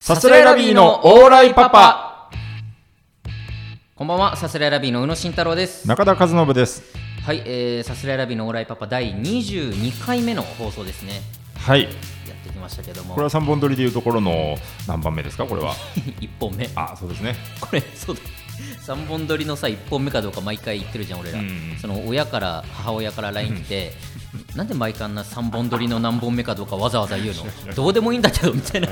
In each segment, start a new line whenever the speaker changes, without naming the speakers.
サスレラビーのオーライパパ
こんばんは、サスレラビーの宇野慎太郎です。
中田和信です
はい、えー、サスレラビーのオーライパパ第22回目の放送ですね。
はい
やってきましたけども
これ、は三本取りでいうところの何番目ですかこれは
1本目。
あそうですね
これ、そうだ。3本撮りのさ、1本目かどうか毎回言ってるじゃん、俺ら。
うん
その親から、母親から LINE 来て、 なんで毎回あんな3本撮りの何本目かどうかわざわざ言うのどうでもいいんだけど、みたいな。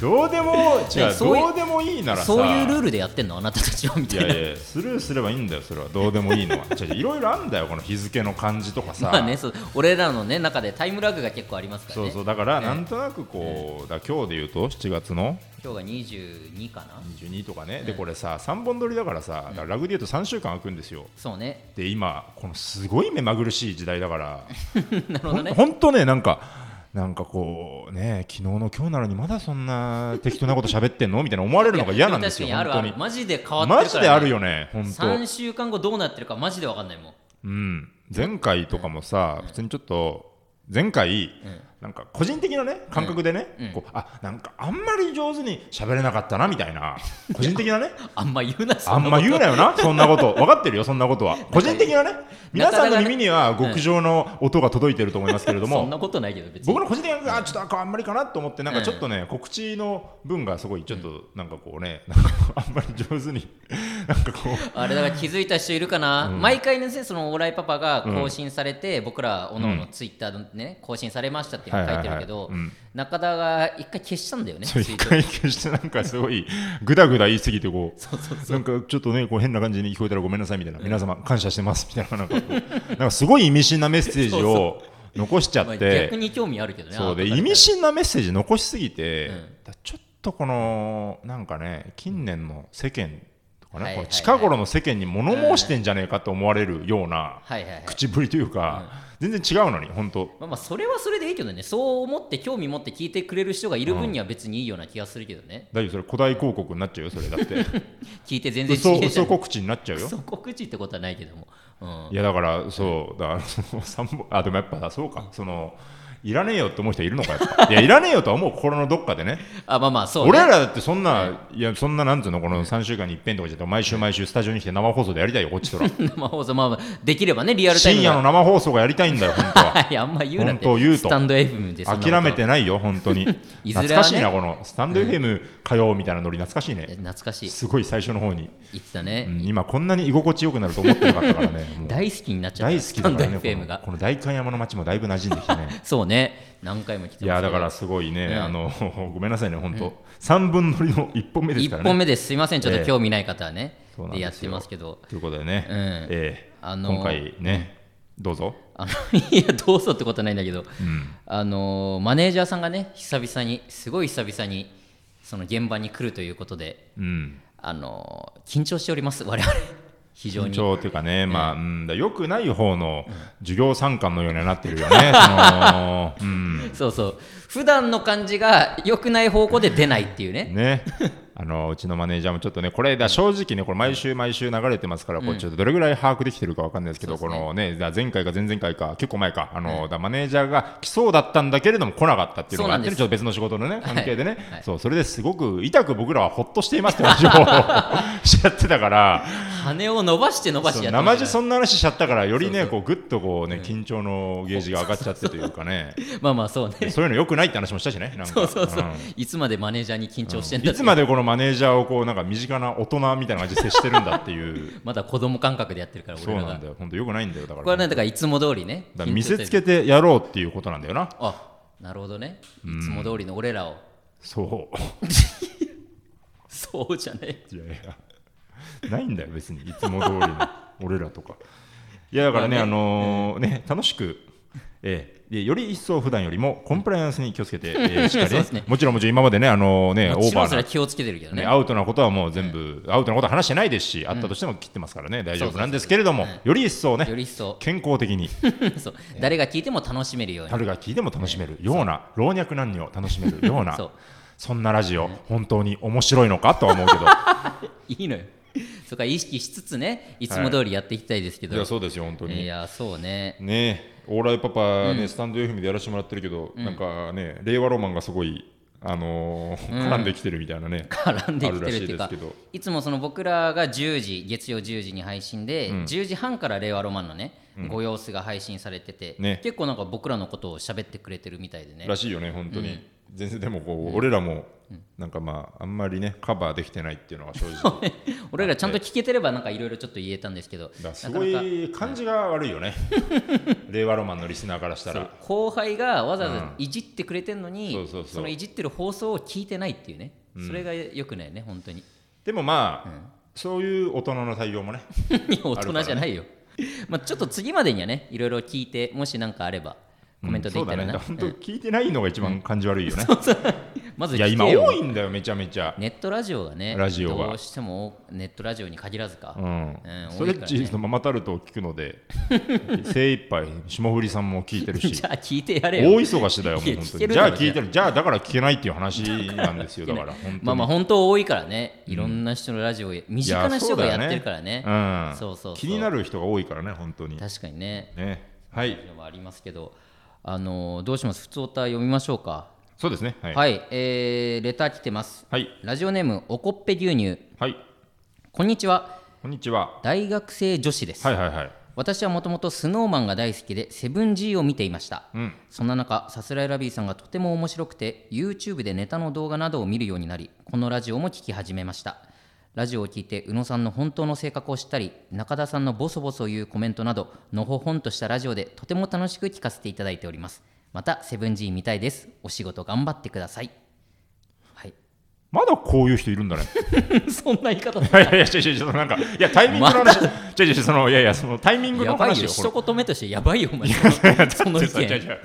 どうでも違
ね
う
そう いう
どうでもいいならさ
そういうルールでやってんのあなたたちは、み
い
たいな。
やいやスルーすればいいんだよそれはどうでもいい のは違う違ういろいろあるんだよこの日付の感じとかさ
まあね、そう俺らの、ね、中でタイムラグが結構ありますから
そ
ね。
うそうだから
ね
なんとなくこうだ今日で言うと7月の
今日が22かな
22とかねでこれさ3本取りだからさだからラグで言うと3週間空くんですよ
そうね
で今このすごい目まぐるしい時代だから
なるほどね
本当ねなんかなんかこうね昨日の今日なのにまだそんな適当なこと喋ってんのみたいな思われるのが嫌なんですよ
いや
本
も
当
確かにあるあ
に
るマジで変わってるから、
マジであるよね本
3
当
週間後どうなってるかマジで分かんないもん
うん前回とかもさ普通にちょっと前回
ん
なんか個人的なね感覚でね
うん
こうあなんかあんまり上手に喋れなかったなみたいな個人的なね
あんま言うな そ
あんま言うなよ なそんなこと分かってるよそんなことは個人的なね皆さんの耳には極上の音が届いてると思いますけれど
そ
も
んなことないけど別に
僕の個人的なあちょっとああんまりかなと思ってなん
う
か
ん
ちょっとね、告知の分がすごいちょっとなんかこうね、 なんかあんまり上手に なんかこう
あれだから気づいた人いるかな、毎回ねそのオーライパパが更新されて、僕らおのおのツイッターでね更新されましたっていうの書いてるけど、
はいはいはいうん
中田が一回消したんだよね
ちょ
ツイー
一
ト
回消してなんかすごいぐだぐだ言いすぎてこうなんかちょっとねこう変な感じに聞こえたらごめんなさいみたいな、皆様感謝してますみたいななんかこうなんかすごい意味深なメッセージを残しちゃ
まあ
って。
逆に興味あるけどね
そうで
後から
意味深なメッセージ残しすぎて、
うん
だちょっとこのなんかね近年の世間とかね、
はいはいはい
こう近頃の世間に物申してんじゃねえかと思われるような
はいはいはい
口ぶりというか、全然違うのに本当
まあまあそれはそれでいいけどねそう思って興味持って聞いてくれる人がいる分には別にいいような気がするけどね、
大丈夫それ古代広告になっちゃうよそれだって
聞いて全然
嘘
違えじゃ
嘘
ん
告知になっちゃうよ
嘘告知ってことはないけども、うん
いやだからそうだからその三本あでもやっぱそうかそのいらねえよって思う人いるのかやっぱいやいらねえよとは思う心のどっかでね
あまあまあそう、ね、
俺らだってそんな、いや、そんななんつうの、この3週間に一遍とかじゃなくて毎週毎週スタジオに来て生放送でやりたいよ、こっ ちとら。
生放送まあまあできればねリアルタイム
深
な
夜の生放送がやりたいんだよ、本 当は。
いやあんま言うなって
本当言うと
スタンド FM でそんなこと
諦めてないよ、本当に。
いずれはね
懐かしいな、このスタンド FM 火曜みたいなノリ、懐かしい
え
ね。
懐かしい
すごい最初の方に、
言ってた
う
ね、
ん今こんなに居心地よくなると思ってなかったからね。も う
大好きになっちゃった
大好きだからね、
スタンド FM
この
が
この代官山の街もだいぶ馴染んできてね。
そうね何回も来てます
いやだからすごいね、
うん
あの ごめんなさいね、本当、三分乗りの一本目ですから
1
ね。
本目ですすいませんちょっ
ええ
と興味ない方はね、
そうなん
で
ですよ
やってますけど
ということでね、
うん
ええ
あのー
今回ね、どうぞ。
あのいやどうぞってことはないんだけど、あのマネージャーさんがね久々にすごい久々にその現場に来るということで
うん、
あの緊張しております我々 非常
緊
に
張というかね、まあ、うん、だよくない方の授業参観のようにはなってるよね。そのうん、
そうそう普段の感じが良くない方向で出ないっていうね
ね。 あのうちのマネージャーもちょっとね、これだ正直ね、これ毎週毎週流れてますから、こうちょっとどれぐらい把握できてるかわかんないですけど、
そう
こ
ですね
のね、だ前回か前々回か、結構前か、あの、だマネージャーが来そうだったんだけれども来なかったっていうのがあってね、ち
そう
ょっと別の仕事のね、関係でね、
はい
そう、それですごく痛く僕らはほっとしていますって話を しちゃってたから、
羽を伸ばして伸ばしてやって
生
ます
地
か
そんな話しちゃったからよりね
そう
こうぐっとこうね緊張のゲージが上がっちゃってというか ね
らまあまあそうね
そういうの良くないって話もしたしねなんか
そうそうそう、
ん
いつまでマネージャーに緊張してんだ
い
って
つ
いう
までこのマネージャーをこうなんか身近な大人みたいな感じで接してるんだっ ていう
まだ子供感覚でやってるから
そ
俺
う
ら
な
が
んだよ本当良くないんだよだか
こ
ら
れはねだからいつも通りね
だから見せつ
緊張してる
けてやろうっていうことなんだよな
あなるほどねいつも通りの俺らを
そう
そうじゃね
いやいやないんだよ別にいつも通りの俺らとかいやだからね、
ま
あ
あね
のーね楽しくええでより一層普段よりもコンプライアンスに気をつけて、ええしっかり
そう
ね
ですね
もちろんもちろん今までねあのね
も
オ
ちろ
ーバ
ん
ー
そ
な
れは気をつけてるけど
ね、
ね
アウトなことはもう全部、アウトなことは話してないですし、あったとしても切ってますからね、大丈夫なんですけれども、
そうそう
より一層
よ
ね、
り一層
健康的に、
そう誰が聞いても楽しめるように
春が聞いても楽しめるような、老若男女を楽しめるような
そう、
そんなラジオ、本当に面白 いのかとは思うけど、
いいのよ そこは意識しつつねいつも通りやっていきたいですけど、
いや、そうですよ、本当
い
に。
やそうね
ねえ、オーライパパ、ねスタンド FM でやらせてもらってるけど、なんかね、令和ロマンがすごい、あのー
うん
絡んできてるみたいな ね、
絡んで
あ
き
る
て
ら
るっ
してい
いう
で
か
すけど
いつもその僕らが10時月曜10時に配信で、
うん
10時半から令和ロマンのね、ご様子が配信されてて、
ね
結構なんか僕らのことを喋ってくれてるみたいでね
らしいよね本当に、全然でもこう、俺らもなんかまああんまりねカバーできてないっていうのが正直
俺らちゃんと聞けてればなんかいろいろちょっと言えたんですけど
だからすごい感じが悪い よね令和ロマンのリスナーからしたら
後輩がわざわざ
うん
いじってくれてんのに、
そうそうそう
のいじってる放送を聞いてないっていうね、それがよくないね本当に
でもまあ、そういう大人の対応もね
いや大人じゃないよまあちょっと次までにはねいろいろ聞いてもし何かあればコメントでき
そうだ
たら
ね
な、
本当聞いてないのが一番感じ悪い よね、
まず聞
い
け
や
よ
今多いんだよめちゃめちゃ、
ネットラジオがね
ラジオが
どうしてもネットラジオに限らずか、
うん
うん
ストレッチーズのママタルトを聞く ので精一杯霜降りさんも聞いてるし
じゃあ聞いて やれ
大
よ
忙しだよもう
いや
本当
聞け
に
る
じ
だ
ゃ
ろ
あ聞いてるじゃあだから聞けないっていう話なんですよだから本当に
まあまあ本当多いからねいろんな人のラジオ、身
い
近な人が
そうだ
や
よ
ってるからね
うん、
そうそうそう
気になる人が多いからね本当に
確かにね
ねはい
のもありますけど、あのどうします普通歌読みましょうか
そうですねは
はいい、えーレター来てます
はい、
ラジオネームおこっぺ牛乳
はい、
こんにちは
こんにちは
大学生女子です、
はいはいはい
私はもともとスノーマンが大好きでセブン G を見ていました、
うん
そんな中さすらいラビーさんがとても面白くて YouTube でネタの動画などを見るようになりこのラジオも聞き始めましたラジオを聞いて宇野さんの本当の性格を知ったり中田さんのボソボソ言うコメントなどのほほんとしたラジオでとても楽しく聞かせていただいておりますまたセブン G 見たいですお仕事頑張ってください はい
まだこういう人いるんだね
そんな言い方
いやいやいや違う違うそのなんかいやタイミングの話、違う違うそのいやいやそのタイミング
や
の
ばい
話
よ
よ
一
こ
言目としてやばいよお前その
れ
意
違う違う違
見
う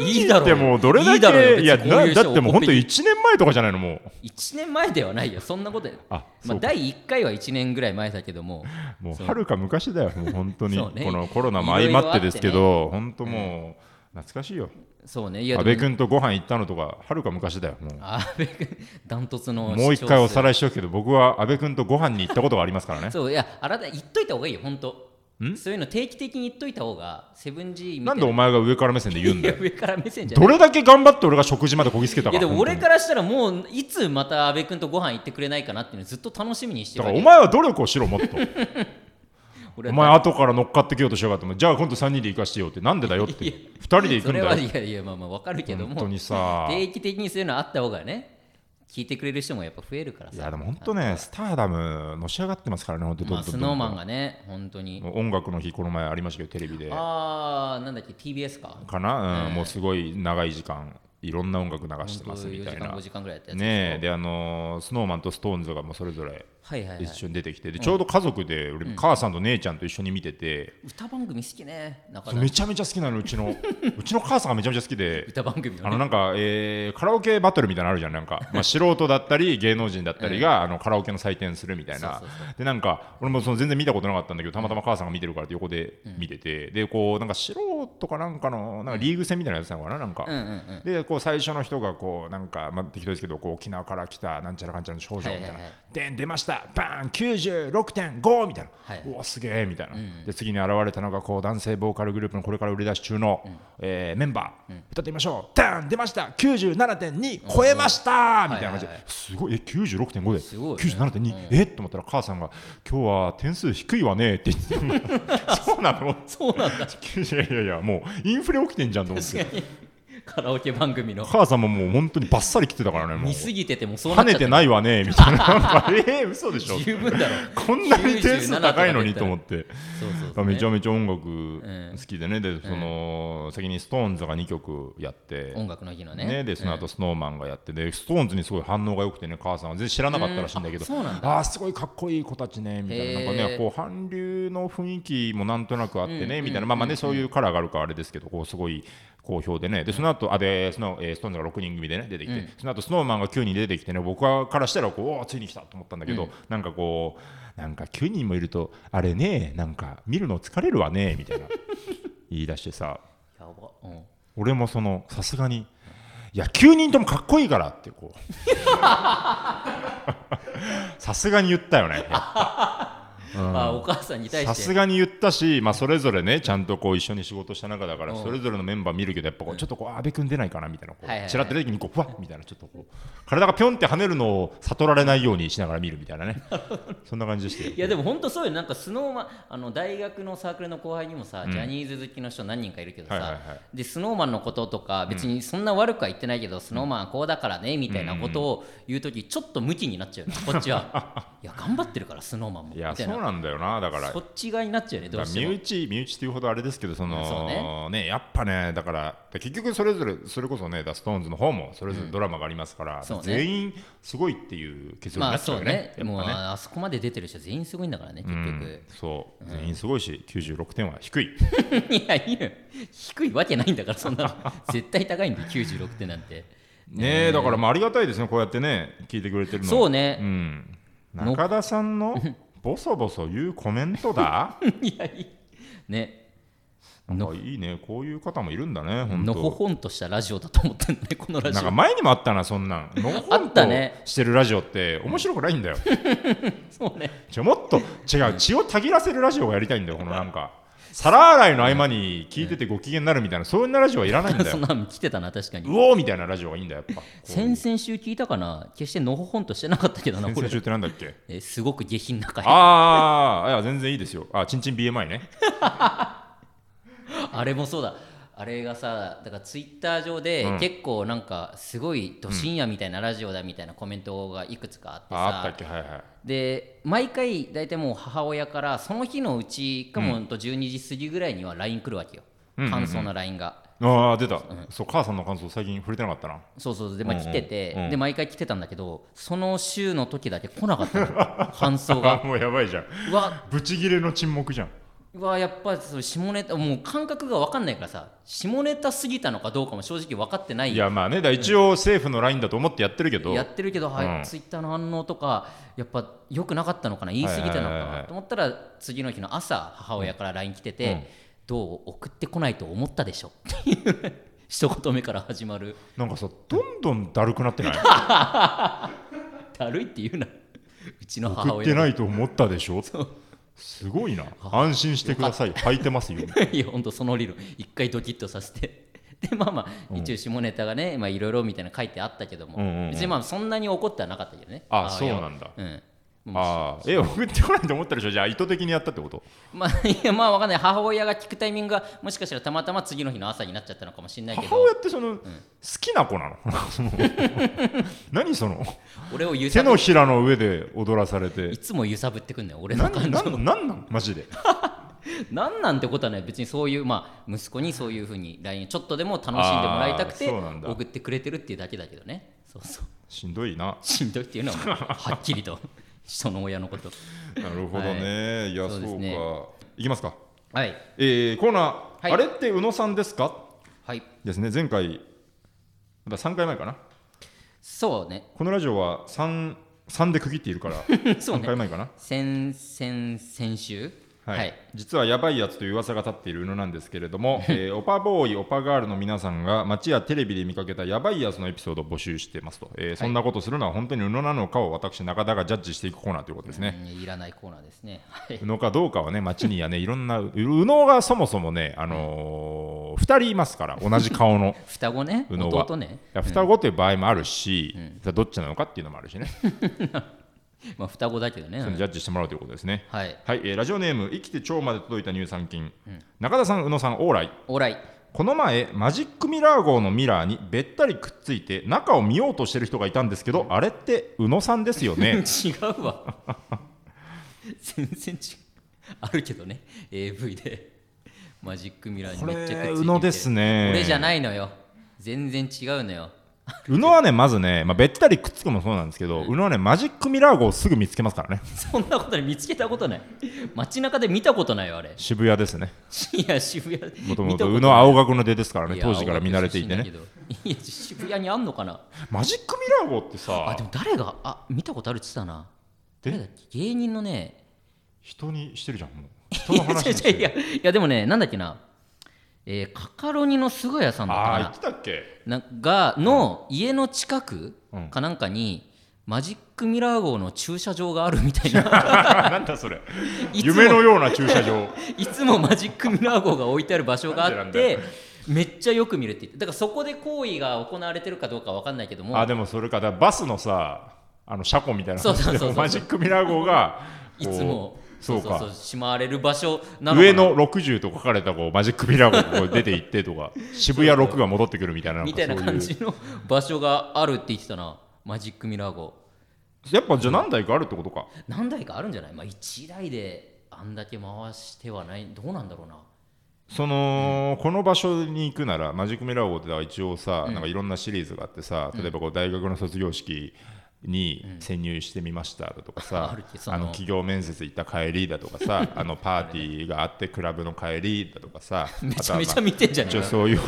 いいだろう
で
よ
もどれだ
いいだろうよ
け
別に
いや
こういう
な
人
だってもう本当1年前とかじゃないのも
1年前ではないよそんなこと
あ
ま
そ
あ、
うか
第1回は1年ぐらい前だけども
うもうはるか昔だよもう本当に、
そうね
このコロナも相まってですけ
いろ
ど、本当もう懐かしいよ
そうねいや
安
で
倍
も
君とご飯行ったのとかはるか昔だよもう
安倍君 ダントツの
もう一回おさ
ら
らいしておくけど僕は安倍君とご飯に行ったことがありますからね
そういや改め言っといた方がいいよ本当そういうの定期的に言っといた方がセブン G みた
ないんでお前が上から目線で言うん
い
だ
や
よ
上から目線じゃな
ど
い
れだけ頑張って俺が食事までこぎつけた
い
か
やでも俺
本
からしたらもういつまた安倍君とご飯行ってくれないかなっていうのずっと楽しみにして
当
る
にだ
わ
か
け
らお前は努力をしろもっと
俺
お
は
前後から乗っかってきようとしやがってもうじゃあ今度3人で行かしてよってなんでだよって2人で行
そ
くんだ
れ
よ
はいやいやまあまあわかるけど
本
も
当に さ
定期的にそういうのあった方がね聞いてくれる人もやっぱ増えるから
い
さ
やでも本当ねスターダムのし上がってますからね本当に
まあ
ど
ス
んど
ノー
んど
マ
ん
ンがね本当に
どん音楽の日この前ありましたけどテレビで
ああなんだっけ TBS か
かな、うんもうすごい長い時間いろんな音楽流してますみ
4
た
時
い
間
な
5時間ぐらいやったやつ、
ねえであのスノーマンとストーンズがもうそれぞれ
はいはい、はい
一、緒に出てきてでちょうど家族で俺母さんと姉ちゃんと一緒に見てて、
歌番組好きね中
そう
田
めちゃめちゃ好きなのう ちのうちの母さんがめちゃめちゃ好きで
歌番組のね
あのなんか、えーカラオケバトルみたいなのあるじゃんなん か、まあ、素人だったり芸能人だったりが、あのカラオケの採点するみたいな
そう
でなんか俺もその全然見たことなかったんだけどたまたま母さんが見てるからって横で見てて、でこうなんか素人かなんかのなんかリーグ戦みたいなやつなのかななんか、
うんうんうん
でこう最初の人がこうなんか、まあ、適当ですけどこう沖縄から来たなんちゃらかんちゃらの少女みたいな、
はいはいはい
で出ましたバーン96.5みたいな、
はいう
わすげえみたいな、で次に現れたのがこう男性ボーカルグループのこれから売り出し中の、えーメンバー、歌ってみましょうダーン出ました97.2超えましたみたいな感じで、
はいはいは
すごいえ96.5です
ごいね
97.2、えっと思ったら母さんが今日は点数低いわねって言ってた そうなの
そうなんだ
いやいやいやもうインフレ起きてんじゃんと思って。
カラオケ番組の
母さんももう本当にバッサリ来てたからね、もう
見すぎててもそうな
跳
っち
ね
ゃって
てないわね、みた いな、なんかえー、嘘でしょ、
十分だろ
こんなに点数高いのにと思って、
そうそうそう、ね、
めちゃ
ゃ
めちゃ音楽好きでね、でその先に SixTONES が2曲やって、
音楽の日のね
ね、でその後 SnowMan がやって、で SixTONES にすごい反応が良くてね、母さんは全然知らなかったらしいんだけど、
うんあそうなん
あー、すごいかっこいい子たちね、みたいな、
へ
な
ー
んかね、こう韓流の雰囲気もなんとなくあってね、みたいな、まあまあね、そういうカラーがあるからあれですけど、こうすごい。好評でね、でその後あでその、えー、ストーンズが6人組でね出てきて、その後スノーマンが9人出てきてね僕はからしたらこうおーついに来たと思ったんだけど、なんかこうなんか9人もいるとあれねなんか見るの疲れるわねみ たいな言い出してさ
やば、うん、
俺もそのさすがにいや9人ともかっこいいからって こうさすがに言ったよねやっぱ
まあ、お母さんに対
さ
して
すがに言ったし、まあ、それぞれねちゃんとこう一緒に仕事した中だから
うん
それぞれのメンバー見るけどやっぱこうちょっとこう阿部君出ないかなみたいなこ
はいはいは
う
い
ちらって出た時にこうふわっみたいなちょっとこう体がぴょんって跳ねるのを悟られないようにしながら見るみたいな ねそんな感じでしたよ
いやでも本当そうよなんかスノーマンあの大学のサークルの後輩にもさ、
うん
ジャニーズ好きの人何人かいるけどさ、
はいはいはい
でスノーマンのこととか別にそんな悪くは言ってないけど、スノーマンはこうだからねみたいなことを言う時ちょっとムキになっちゃうよねこっち はいや頑張ってるからスノーマンも
い
みた
やそ
いうな
なんだよなだから
そっち側になっちゃうよねど
だ
う
から
して
身
も
内身内っていうほどあれですけどその
そう
ねやっぱねだから結局それぞれそれこそねダストーンズの方もそれぞれドラマがありますから、
そうね
全員すごいっていう結論
ま
にな
あ
っちゃう
そ
よ
う
ね,、
ね
やっぱね
もうあそこまで出てる人全員すごいんだからね結局、
そう全員すごいし、96点は低い
いやいいのよ低いわけないんだからそんなの 絶対高いんで96点なんて
ねえだからまあありがたいですねこうやってね聞いてくれてるの
そう
ね、
ね、
ん、中田さんのボソボソ言うコメントだ
いやいいね
なんかいいねこういう方もいるんだね本
の
当
ほほんとしたラジオだと思ってんだ ね、このラジ
なんか
オ。
前にもあったなそんなんのほ
あ
ほん
った
と
ね
してるラジオって面白くないんだよ
そうね。
ちょもっと違う血をたぎらせるラジオがやりたいんだよこのなんか皿洗いの合間に聞いててご機嫌になるみたいな そういうラジオはいらないんだ
そ
よ
んなの来てたな、確か
う
に。
おーみたいなラジオがいいんだよやっぱこう
先々週聞いたかな決してのほほんとしてなかったけ どな、
先
これ
々。週ってなんだっけ
えすごく下品な回。あ
ああいや全然いいですよあちんちん BMI ね
れもそうだ。あれがさ、だからツイッター上で、
うん
結構なんか、すごいど深夜みたいなラジオだみたいなコメントがいくつかあって
ああ
さ
っ、たっけはいはい
で毎回大体もう母親からその日のうちかもほんと12時過ぎぐらいには LINE 来るわけよ、
うんうんうん
感想の LINE が、
ああ出た、そう母さんの感想最近触れてなかったな
そうそうで、まあ、
うんうん
来てて、
うん
で毎回来てたんだけどその週の時だけ来なかったの 感想が
あもうやばいじゃん
うわ
ブチギレの沈黙じゃん
うわやっぱその下ネタもう感覚が分かんないからさ下ネタすぎたのかどうかも正直分かってない
いやまあねだから一応政府のラインだと思ってやってるけど
やってるけど、はい
うん
ツイッターの反応とかやっぱ良くなかったのかな言い過ぎたのか
はいはいはいは
ないと思ったら次の日の朝母親から LINE 来てて、
うん
どう送ってこないと思ったでしょっていう一言目から始まる
なんかさどんどんだるくなってない
だるいって言うなうちの母
送っ
親
てないと思ったでしょすごいな安心してください履いてます よ
いや本当その理論一回ドキッとさせてでまあまあ一応下ネタがねまあいろいろみたいな書いてあったけども、
うんうんうん
別にまあそんなに怒ってはなかったけどね
あ
母親は
そうなんだ
うん
ああえ送ってこないと思ったでしょじゃあ意図的にやったってこと
まあいやまあわかんない母親が聞くタイミングがもしかしたらたまたま次の日の朝になっちゃったのかもしれないけ
母
ど
親ってその、好きな子 なの その何その
俺を揺
手
さ
の
ぶ
ひらの上で踊らされて
いつも揺さぶってくんだよ俺の
何
感情
何何なんマジで
なんなんてことはない別にそういうまあ息子にそういうふうに LINE ちょっとでも楽しんでもらいたくて
あーそうなんだ
送ってくれてるっていうだけだけどねそうそう
しんど いな
しんどいっていうのはもうはっきりと人の親のこと
なるほどね、い、や
そ
そうう
ですね
かいきますか、
はい
えー、コーナー、
はい
あれって宇野さんですか
はい
ですね前回まだ3回前かな
そう ね
このラジオは 3, 3で区切ってい るから
そう
3回
ね
前かな
先先先週
はい実はやばいやつという噂が立っている宇野なんですけれども、えーオパボーイ、オパガールの皆さんが街やテレビで見かけたやばいやつのエピソードを募集していますと、えーそんなことするのは本当に宇野なのかを私、中田がジャッジしていくコーナーということですね。
うんいらないコーナーですねはい
宇野かどうかはね、街にはね、いろんな、宇野がそもそもね、あの2人いますから、同じ顔 の。
双子ね
宇野は
弟ね
いや双子という場合もあるし、じゃあどっちなのかっていうのもあるしね、
まあ双子だけどね
それジャッジしてもらうということですね。
はい
はい、えーラジオネーム、生きて腸まで届いた乳酸菌、中田さん、宇野さん、往来。
オーライ
この前マジックミラー号のミラーにべったりくっついて中を見ようとしてる人がいたんですけどあれって宇野さんですよ ね
違うわ全然違うあるけどね AV でマジックミラーに
こ
め
れ
っちゃくっついてて
宇野ですね
俺じゃないのよ全然違うのよ
宇野はねまずね、まあ、べったりくっつくもそうなんですけど宇野はねマジックミラー号をすぐ見つけますからね
そんなことに見つけたことない街中で見たことないよあれ
渋谷で すね
いや渋谷
もと
見
も
た
と
こない
宇野青学の出ですから
い
ね
や
当時から見慣れていて
青
ね
学出身だけどいや渋谷にあんのかな
マジックミラー号って
あ
さ
でも誰があ見たことあるって言ってたな
え
誰だっけ芸人のね
人にしてるじゃんもう人の話にし て
いや
る
いやいやでもねなんだっけなえーカカロニの菅谷さんだった
あ
か
あ
な
言ってたっけ
なんかの家の近くかなんかに、マジックミラー号の駐車場があるみたいな
なんだそれ
いつも
夢のような駐 車場
いつもマジックミラー号が置いてある場所があ
なん
っ
でなん
てめっちゃよく見るって言ってだからそこで行為が行われてるかどうかわかんないけども
あでもそれかだからバスのさあの車庫みたいな
そうそうそうそう
でもマジックミラー号が
いつも
こうそうか
しまわれる場所なのかな
上の60と書かれたこうマジックミラー号がこう出て行って とか渋谷6が戻ってくるみたいななんか
みたいな
そう
感じの場所があるって言ってたなマジックミラー号
やっぱじゃあ何台かあるってことか
何台かあるんじゃないまあ1台であんだけ回してはないどうなんだろうな
その、この場所に行くならマジックミラー号ってだから一応さ、なんかいろんなシリーズがあってさ例えばこう大学の卒業式に潜入してみましただとかさ、
あるっけその
あの企業面接行った帰りだとか さあのパーティーがあってクラブの帰りだとかさ
めちゃめち
あ
ゃ
とはま
見てんじゃ
あ
ない
一応そういう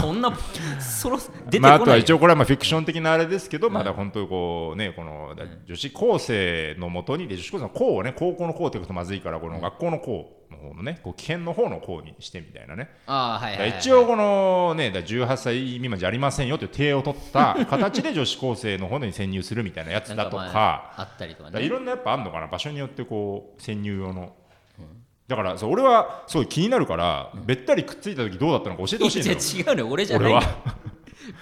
そんなそろ出 てこ
まあ、
な
あ
い、
とは一応これはまあフィクション的なあれですけど、まだ本当にこうねこのだ女子高生のもとにで女子高生の校をね高校の校ってことまずいからこの学校の校の方のねこう危険の方の校にしてみたいなね
あーはいはいはい、
一応このねだ18歳未満じゃありませんよという体を取った形で女子高生の方に潜入するみたいなやつだとか
なんまああったりとか
だからい
ね
ろんなやっぱあんのかな場所によってこう潜入用の、だからそう俺はすごい気になるから、べったりくっついた時どうだったのか教えてほしいのよ
いや違うね俺じゃない
俺は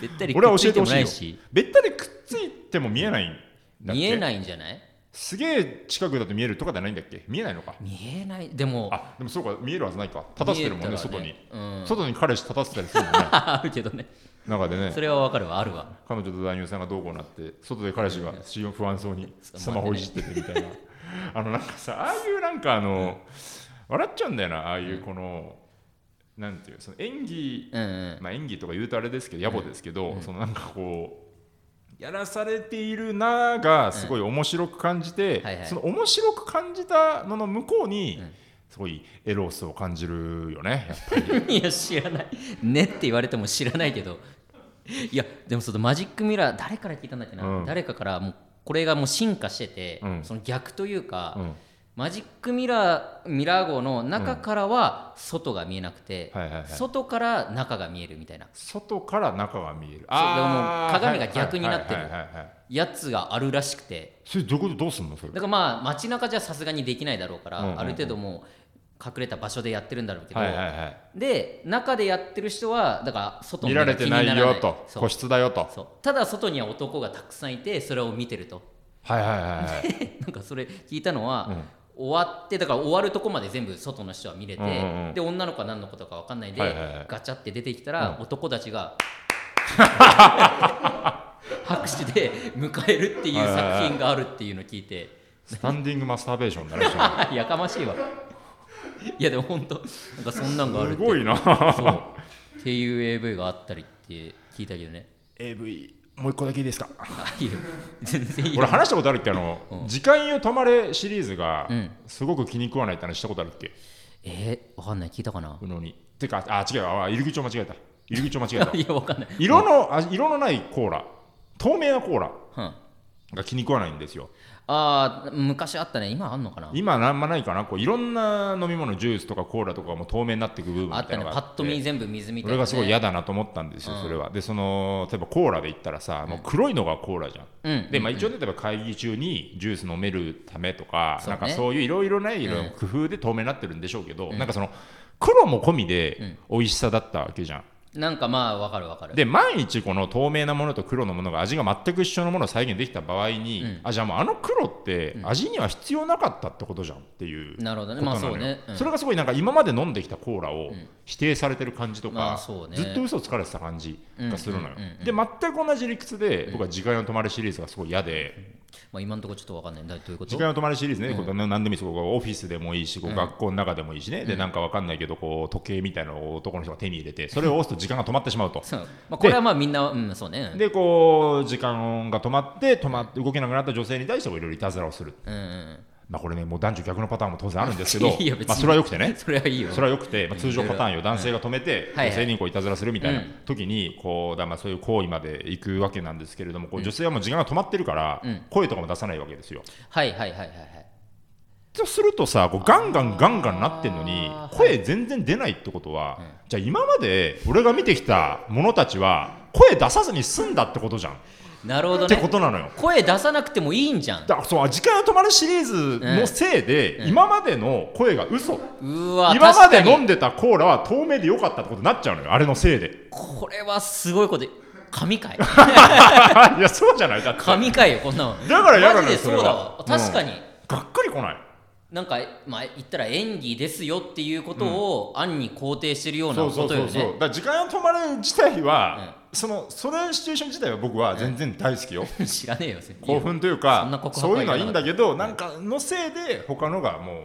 べったりく
俺
っ
は
つ
教え
い
て
て
ほ
も
しい
な
よ
いし
べったりくっついても見えないんだっけ
見えないんじゃない
すげえ近くだと見えるとかじゃないんだっけ見えないのか
見えないでも
あでもそうか見えるはずないか立たせてるもんね
見えたら
外に、
うん、
外に彼氏立たせたりするもんね
あるけどね
中でね
それはわかるわあるわ
彼女と男優さんがどうこうなって外で彼氏が死を不安そうにスマホいじっててみた いなあのなんかさああいうなんかあの、笑っちゃうんだよなああいうこの、なんていうその演技、
うんうん
まあ、演技とか言うとあれですけど野暮ですけど、そのなんかこうやらされているなあがすごい面白く感じて、
はいはい
その面白く感じたのの向こうに、
ん
すごいエロスを感じるよねやっぱ り
いや知らないねって言われても知らないけどいやでもそのマジックミラー誰から聞いたんだっけな、
うん
誰かからもうこれがもう進化してて、
うん
その逆というか、
うん
マジックミラーミラー号の中からは外が見えなくて、
はいはいはい
外から中が見えるみたいな
外から中が見える
あー
あ
鏡が逆になってる
はいはいはいはい
やつがあるらしくて
それどういうことどうすんのそれ
だからまあ街中じゃさすがにできないだろうから、
うんうんうん
ある程度もう隠れた場所でやってるんだろうけど、
はいはいはい
で中でやってる人はだから外の
見
目
ら
が
れてない
気にら
よ
ない
と
そう
個室だよと
そうただ外には男がたくさんいてそれを見てると
はいはいはいはい
なんかそれ聞いたのは、終わってだから終わるとこまで全部外の人は見れて、
うんうんうん
で女の子は何のことか分かんないで、
はいはいはい
ガチャって出てきたら、男たち が拍手で迎えるっていう作品があるっていうのを聞いて、
スタンディングマスターベーションだねそれ
やかましいわいやでも本当なんかそんなんがあるっ
す
て
ごい
そう
な
っていう AV があったりって聞いたけどね
AV もう一個だけいいですか
あいいよ全然いいよ
俺話したことあるっけあの「時間よ止まれ」シリーズが
うん
すごく気に食わないって話したことあるっけ
えー、わかんない聞いたかな
うのにてかあ違うあ入り口を間違えた入り口を間違え た
いやわかんない、
色のあ色のないコーラ透明なコーラ
うん、あ
が気に食わないんですよ
あー昔あったね今あんのかな
今なんまないかなこういろんな飲み物ジュースとかコーラとかも透明になっていく部分み
あったた
い
ね
なの
パ
があって
ッと見全部水みたいな、ね、
俺がすごい嫌だなと思ったんですよ、
うん
それは。で、その例えばコーラで言ったらさ、もう黒いのがコーラじゃん。
うん
で、まあ、一応ね例えば会議中にジュース飲めるためとか、
そう
な
ね
んかそういういろいろな色
う
の
ん
工夫で透明になってるんでしょうけど、なんかその黒も込みで美味しさだったわけじゃん。
なんかまあわかるわかる
で万一この透明なものと黒のものが味が全く一緒のものを再現できた場合に、あじゃあもうあの黒って味には必要なかったってことじゃんっていう
なるほどね
ことなのよ
まあそうねうん
それがすごいなんか今まで飲んできたコーラを否定されてる感じとか、
まあそうね
ずっと嘘をつかれてた感じがするのよ、
うんうんうん
で全く同じ理屈で僕は「時間の止まれ」シリーズがすごい嫌で。
まあ、今のところちょっとわかんないだどういうこと
時間の止まりシリーズね、こう何でもいいですこうオフィスでもいいし、こう学校の中でもいいしね、でなんかわかんないけどこう時計みたいなのを男の人が手に入れてそれを押すと時間が止まってしまうと
そう、まあ、これはまあみんなうんそうね
でこう時間が止まって止まって動けなくなった女性に対してもいろいろいたずらをする、
うんうん
まあ、これねもう男女逆のパターンも当然あるんですけ ど
いや別に
まあ、それはよくて
うん
ね
それはいいよ
それはよくて、まあ、通常パターンよ男性が止めて
はいはい
女性にこういたずらするみたいうなん時にこうだまあそういう行為まで行くわけなんですけれどもこう女性はもう時間が止まってるから声とかも出さないわけですよ。
はいはいはいはいはい
とするとさこうガンガンガンガンなってんのに
あー
声全然出ないってことはじゃあ今まで俺が見てきた者たちは声出さずに済んだってことじゃん。
なるほど
って
ね
ことなのよ。
声出さなくてもいいんじゃん
だそう時間が止まるシリーズのせいで、今までの声が嘘
うわ
今まで
確か
飲
に
んでたコーラは透明で良かったってことになっちゃうのよあれのせいで
これはすごいこと神 回
いやそうじゃないだって
神回よこんなの
だから嫌な
マジ
の
で
よ
そ
そうれは
だわ確かに、
がっくりこない
なんかまあ言ったら演技ですよっていうことを暗に肯定してるような
そう
こ
そう
と
そ
よ
うそう、
ね
だから時間が止まる自体は、そのそれシチュエーション自体は僕は全然大好きよ、
知らねえよ全然
興奮という
そんな
か
告
そ
白
う
は
いう
い
の
ら
は
ない
いんだけどなんかのせいで他のがもう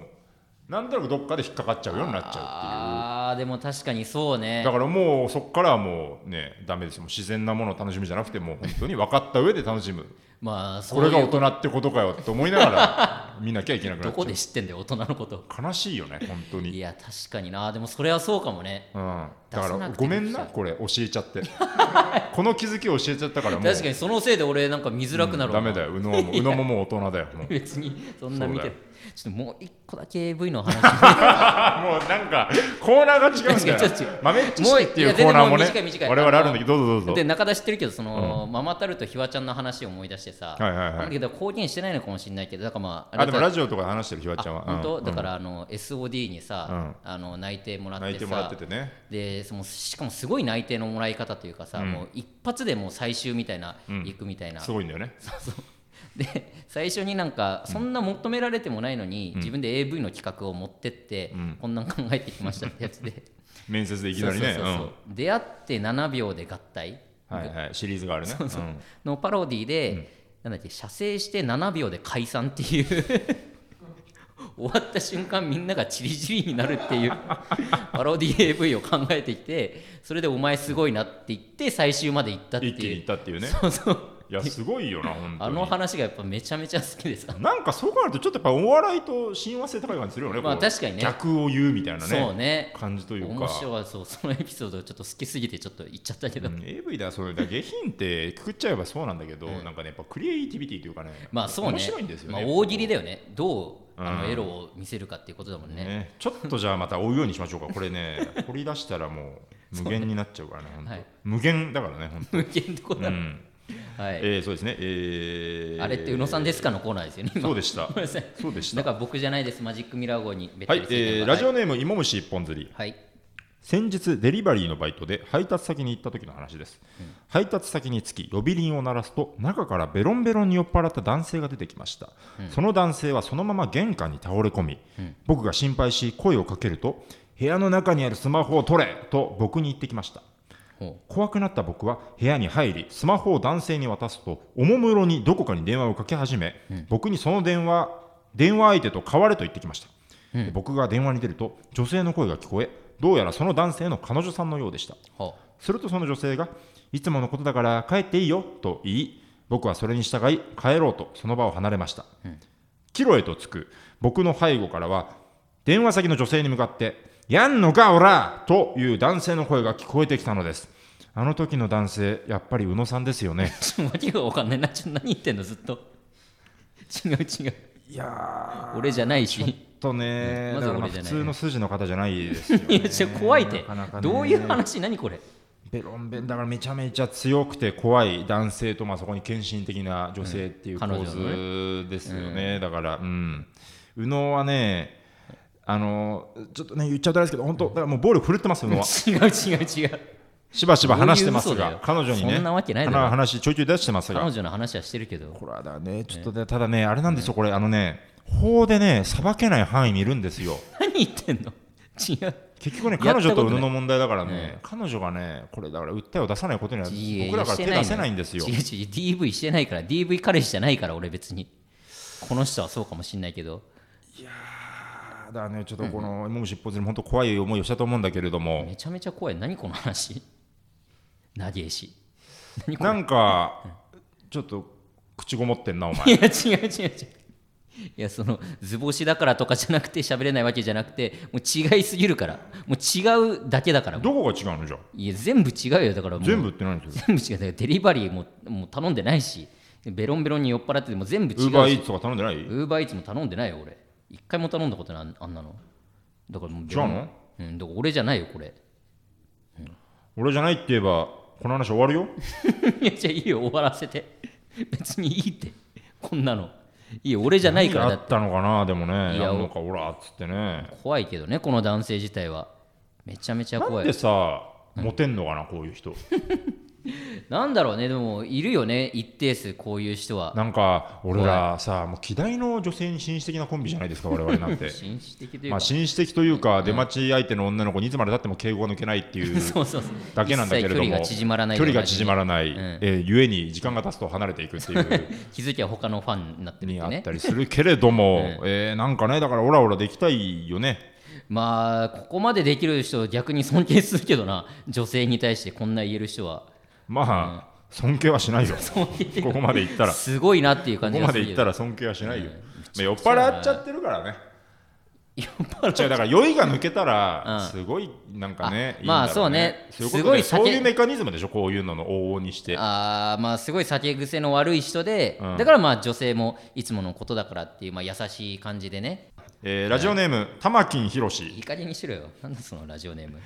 なんとなくどっかで引っかかっちゃうようになっちゃうっていう
ああでも確かにそうね
だからもうそこからはもうねダメですよもう自然なものを楽しむじゃなくてもう本当に分かった上で楽しむ
まあそ
こ
うい
れ
う
が大人ってことかよって思いながら見なきゃいけなくな
ど
っちゃ
こで知ってんだよ大人のこと
う悲しいよね本当
い
に、
や確かになでもそれはそうかもね
うん、
出
だ
さ
か
な
ら
くて
ごめ
い
ん
いじゃ
なんこれ教えちゃって この気づきを教えちゃったからもう
確かにそのせいで俺なんか見づらくなるわ
ダメだよ宇野 はもう宇野ももう大人だよもう
別にそんな見てる
そ
ちょっともう一個だけ AV の話
あもうなんかコーナーが違うん
確
だ
かにちょっと違
よ
う
豆知識ってい
もういや
う
全然
コーナーもね
もう短い短い
我々あるんだけどどうぞどうぞ
で中田知ってるけどその、ママタルトひわちゃんの話を思い出してさ、
はいはいはい
あのけど公言してないのかもしれないけどだからまあ
あでもラ
ジ
ジオとかで話してるひわちゃんは
本当、
うん
だからあの SOD にさ、あの内定もらってさ
泣いてもらっててね
でそのしかもすごい内定のもらい方というかさ、
うん
もう一発でもう最終みたいな、
ん
行くみたいな
すごいんだよね
で最初になんかそんな求められてもないのに、自分で AV の企画を持ってって、
うん
こんなん考えてきましたってやつで
面接で いきなりね
そうそうそう出会って7秒で合体
うんはいはいシリーズがあるねうん
のパロディで、なんだっけ射精して7秒で解散っていう 終わった瞬間みんながチリチリになるっていう パロディ AV を考えてきてそれでお前すごいなって言って最終まで行ったって
一気に
い
いうったっていう ね
そうそう
いやすごいよな本
あの
当
話がやっぱめちゃめちゃ好きでさ
になんかそう考えるとちょっとやっぱお笑いと親和性高い感じするよね
まあ
こう
確かにね
逆を言うみたいな
そう
ね
ね
感じという
面
か
白いそうそのエピソードちょっと好きすぎてちょっと言っちゃったけど、
うん AV だそうだ下品ってくくっちゃえばそうなんだけど、なんかねやっぱクリエイティビティというかね
まあそうね
面白いんですよね、
まあ、大喜利だよねどうあの
うん
エロを見せるかっていうことだもんね、
ねちょっとじゃあまた追うようにしましょうかこれね 掘り出したらもう無限になっちゃうからね本当
はい
無限だからね 本当
無限とこだ、
うん
はい、
えー、そうですね、えー、
あれって宇野さんですかのコーナーですよね今
そうでした
ごめんなさい
そうでし
だ
た
から僕じゃないですマジックミラー号にべった
はい
り、つい
え
てる
ー
のが
ラジオネーム芋虫一本釣り
はい
先日デリバリーのバイトで配達先に行った時の話です、配達先に着き呼び鈴を鳴らすと中からベロンベロンに酔っ払った男性が出てきました、その男性はそのまま玄関に倒れ込み、僕が心配し声をかけると部屋の中にあるスマホを取れと僕に言ってきました
ほ
怖くなった僕は部屋に入りスマホを男性に渡すとおもむろにどこかに電話をかけ始め、僕にその電話電話相手と変われと言ってきました、で僕が電話に出ると女性の声が聞こえどうやらその男性の彼女さんのようでした
うほ
するとその女性がいつものことだから帰っていいよと言い僕はそれに従い帰ろうとその場を離れました、キロへと着く僕の背後からは電話先の女性に向かって「やんのかおら!」という男性の声が聞こえてきたのですあの時の男性やっぱり宇野さんですよ ね
うちょっと訳が分かんないなちょっと何言ってんのずっと違う違う
いや
俺じゃないし
ーちょっとね
まず
だからまあ
俺じゃ
普
ない
通の筋の方じゃないですよ
い
ね
やちょっと怖いて
なかなかね
どういう話何これ
ベロンベンだからめちゃめちゃ強くて怖い男性とまあそこに献身的な女性っていう
うん彼
構
女のね
図ですよね,、だからうん宇野はねあのちょっとね言っちゃうとあれですけど本当だからもう暴力振るってます宇野は
違う違う違う
しばしば話してます
どういう嘘だ
が
よ
彼女にね
そんなわけないだろ
話話ちょいちょい出してます
彼
が
女の話はしてるけど
これはだねちょっとねただねあれなんですよこれあのね法でね裁けない範囲にいるんですよ
何言ってんの違う
結局ね
やったことな
彼
い
女と宇野の問題だからね、彼女がねこれだから訴えを出さないことには僕らから手出せないんですよ
違う違う DV してないから DV 彼氏じゃないから俺別にこの人はそうかもしんないけど
ただね、ちょっとこの芋虫一本釣り、本当怖い思いをしたと思うんだけれども、
めちゃめちゃ怖い何この話 長えし何これ
なんか、ちょっと口ごもってんな、お前。
いや違う違う違ういやその図星だからとかじゃなくて喋れないわけじゃなくてもう違いすぎるからもう違うだけだから
どこが違うのじゃあ
いや全部違うよだからもう
全部って何ですよ。
全部違うだからデリバリーももう頼んでないしベロンベロンに酔っ払ってても全部違う
ウ
し
ーバーイーツとか頼んでない
ウーバーイーツも頼んでないよ俺一回も頼んだことないあんなのだからもう
違うの
うんだから俺じゃないよこれ
俺じゃないって言えば、この話終わるよ
いやじゃあいいよ終わらせて 別にいいってこんなのいいよ俺じゃないから
何
だ
あ
って
ったのかなでもね
いや
やんのかおらっつってね
怖いけどねこの男性自体はめちゃめちゃ
な
怖
ん
いな
で
ん
さモテんのかなこういう人
だろうねでもいるよね一定数こういう人は
なんか俺らさもう希代の女性に紳士的なコンビじゃな いですか我々なんて
紳士的というか、
まあ紳士的というか出待ち相手の女の子にいつまでたっても敬語が抜けないってい う
そうそうそう
だけなんだけれども
一切距離が縮まらない
距離が縮まらない、
ん
えーゆえに時間が経つと離れていくっていう
気づきゃ他のファンになってるっ
にあ
て
っ
ね
たりするけれども、 えーなんかねだからオラオラできたいよね
まあここまでできる人逆に尊敬するけどな女性に対してこんな言える人は
まあ、尊敬は しないよ
尊敬っていうか
ここまで行ったらこ
すごいなっていう感
こ
じが
ますで
る
行
け
った
ど
ら尊敬はしないよ、まあ酔っ払っちゃってるからね
酔っ払っ
違うだから酔いが抜けたら
うん
すごいなんかね、
あ
いいんだろ
まあそうね
そういうことです
ごい酒
そういうメカニズムでしょこういうのの往々にして
あーまあすごい酒癖の悪い人で、
うん
だからまあ女性もいつものことだからっていう、まあ、優しい感じでね
えーラジオネーム玉金博
い
士
い加減にしろよなんだそのラジオ ネーム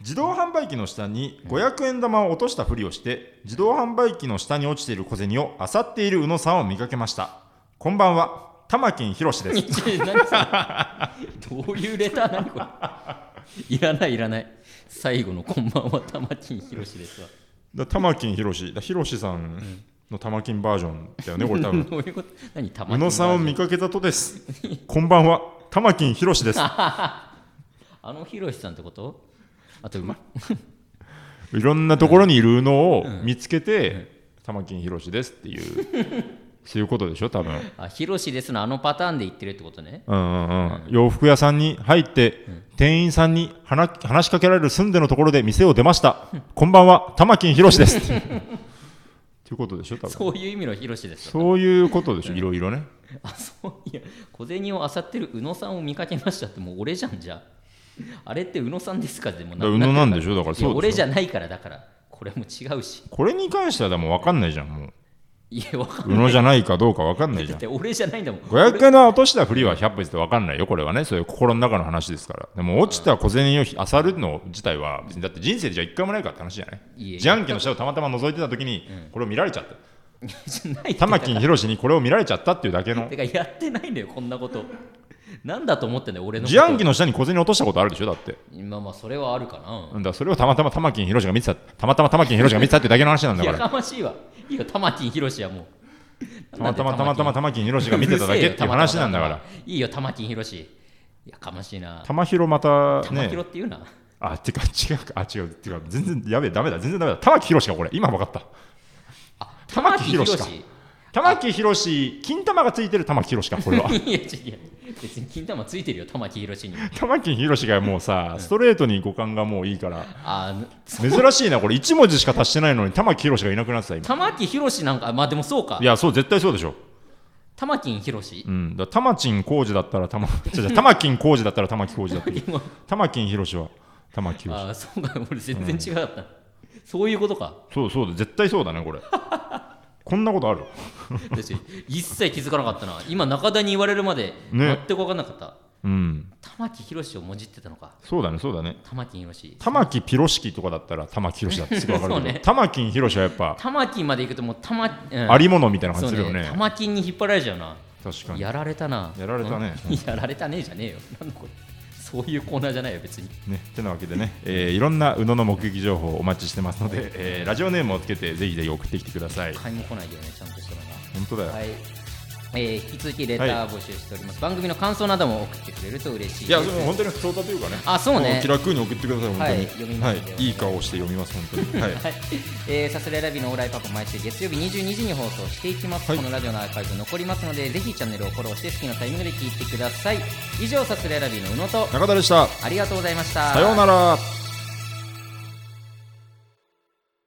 自動販売機の下に500円玉を落としたふりをして自動販売機の下に落ちている小銭を漁っている宇野さんを見かけましたこんばんは玉金博士です
ちょ何それどういうレター何これいらないいらない最後の「こんばんは玉金博士ですわ
だ玉金博士だ博士さんの玉金バージョンだよねこれ多分
どういうこと何玉
宇
金
野さんを見かけたとですこんばんは玉金博士です
あの博士さんってことあとうま
いろんなところにいる宇野を見つけて玉金博士ですっていうそういうことでしょ多分
あ博士ですのあのパターンで言ってるってことね
うんうんうん洋服屋さんに入って店員さんに話話しかけられる住んでのところで店を出ましたこんばんは玉金博士ですっていうことでしょ多分
そういう意味の博士ですわ
そういうことでしょいろいろね
あそういや小銭を漁ってる宇野さんを見かけましたってもう俺じゃんじゃああれって宇野さんですかでも
だから宇野なんでしょだから
いや
そうで
俺
しょ
じゃないからだからこれも違うし
これに関してはでも分かんないじゃんもう
いやわかん
宇野じゃないかどうか分かんな
ないい
じ
だっ
ゃん
て俺じゃないんだもん
500円の落としたふりは100歩って分かんないよこれはねそういう心の中の話ですからでも落ちた小銭を漁るの自体は別にだって人生でじゃ一回もないかって話じゃない
いえ
自販機の下をたまたま覗いてた時にこれを見られちゃった
じゃないって
玉木宏にこれを見られちゃったっていうだけの
てかやってないんだよこんなことなんだと思ってんだよ俺のこと
自販機の下に小銭落としたことあるでしょだって
まあまあそれはあるかな
だからそれをたまたま玉木宏が見てたたまたま玉木宏が見てたっていうだけの話なんだか
や
ら
かましいわいいよ玉木宏はもう
たまたまたまたま
た
玉木宏が見てただけっていう話なんだから
いいよ玉木宏やかましいな
玉広また
玉
ね
木ろって言うな。
あ、てか、違うか、あ、違う、てか、全然、やべえ、ダメだ、全然ダメだ。玉木宏か、これ、今分かった。玉木宏か玉木宏、金玉がついてる玉木宏か、これは
いや違う別に金玉ついてるよ玉木宏に
玉木宏がもうさ、ストレートに五感がもういいから、
あ
珍しいな、これ、1文字しか足してないのに、玉木宏がいなくなってた、今。
玉木宏なんかまあでもそうか
いや、そう、絶対そうでしょ。
玉木宏
うん、だ玉金浩二だったら、玉、 違う違う玉金浩二だったら、玉木浩二だっていう。玉金宏は、玉木宏。
ああそうか俺全然違かった、そういうことか
そうそうだ、絶対そうだね、これ。 こんなことある
私一切気づかなかったな今中田に言われるまで全
ね
く分かんなかった、
うん、
玉木宏をもじってたのか
そうだね、そうだね。
玉木宏
玉木ピロシキとかだったら玉木宏だってすぐ分かる
そ
け
う
ど、
ね
玉木宏はやっぱ
玉木まで行くともう玉、うん
ありものみたいな感じする
そ
よ
う
ね
ね玉木に引っ張られちゃうな
確かに
やられたな
やられたね
うん やられたねじゃねえよなんだこれそういうコーナーじゃないよ別に
ねてなわけでね、えーいろんな宇野の目撃情報をお待ちしてますので、えーラジオネームをつけてぜひぜひ送ってきてください
買いも来ないけどねちゃんとしたのが
本当だよ、、
はいいえー、引き続きレター募集しております、番組の感想なども送ってくれると嬉しいです
やでも本当に普通だというかね
あそうね
も気楽に送ってください本当に、
はい読みますんで
はい、いい顔して読みます本当に、はい、
はい、えー、サスレラビのオーライパパ毎週月曜日22時に放送していきます、
はい
このラジオのアーカイブ残りますのでぜひチャンネルをフォローして好きなタイミングで聞いてください以上サスレラビの宇野と
中田でした
ありがとうございました
さようなら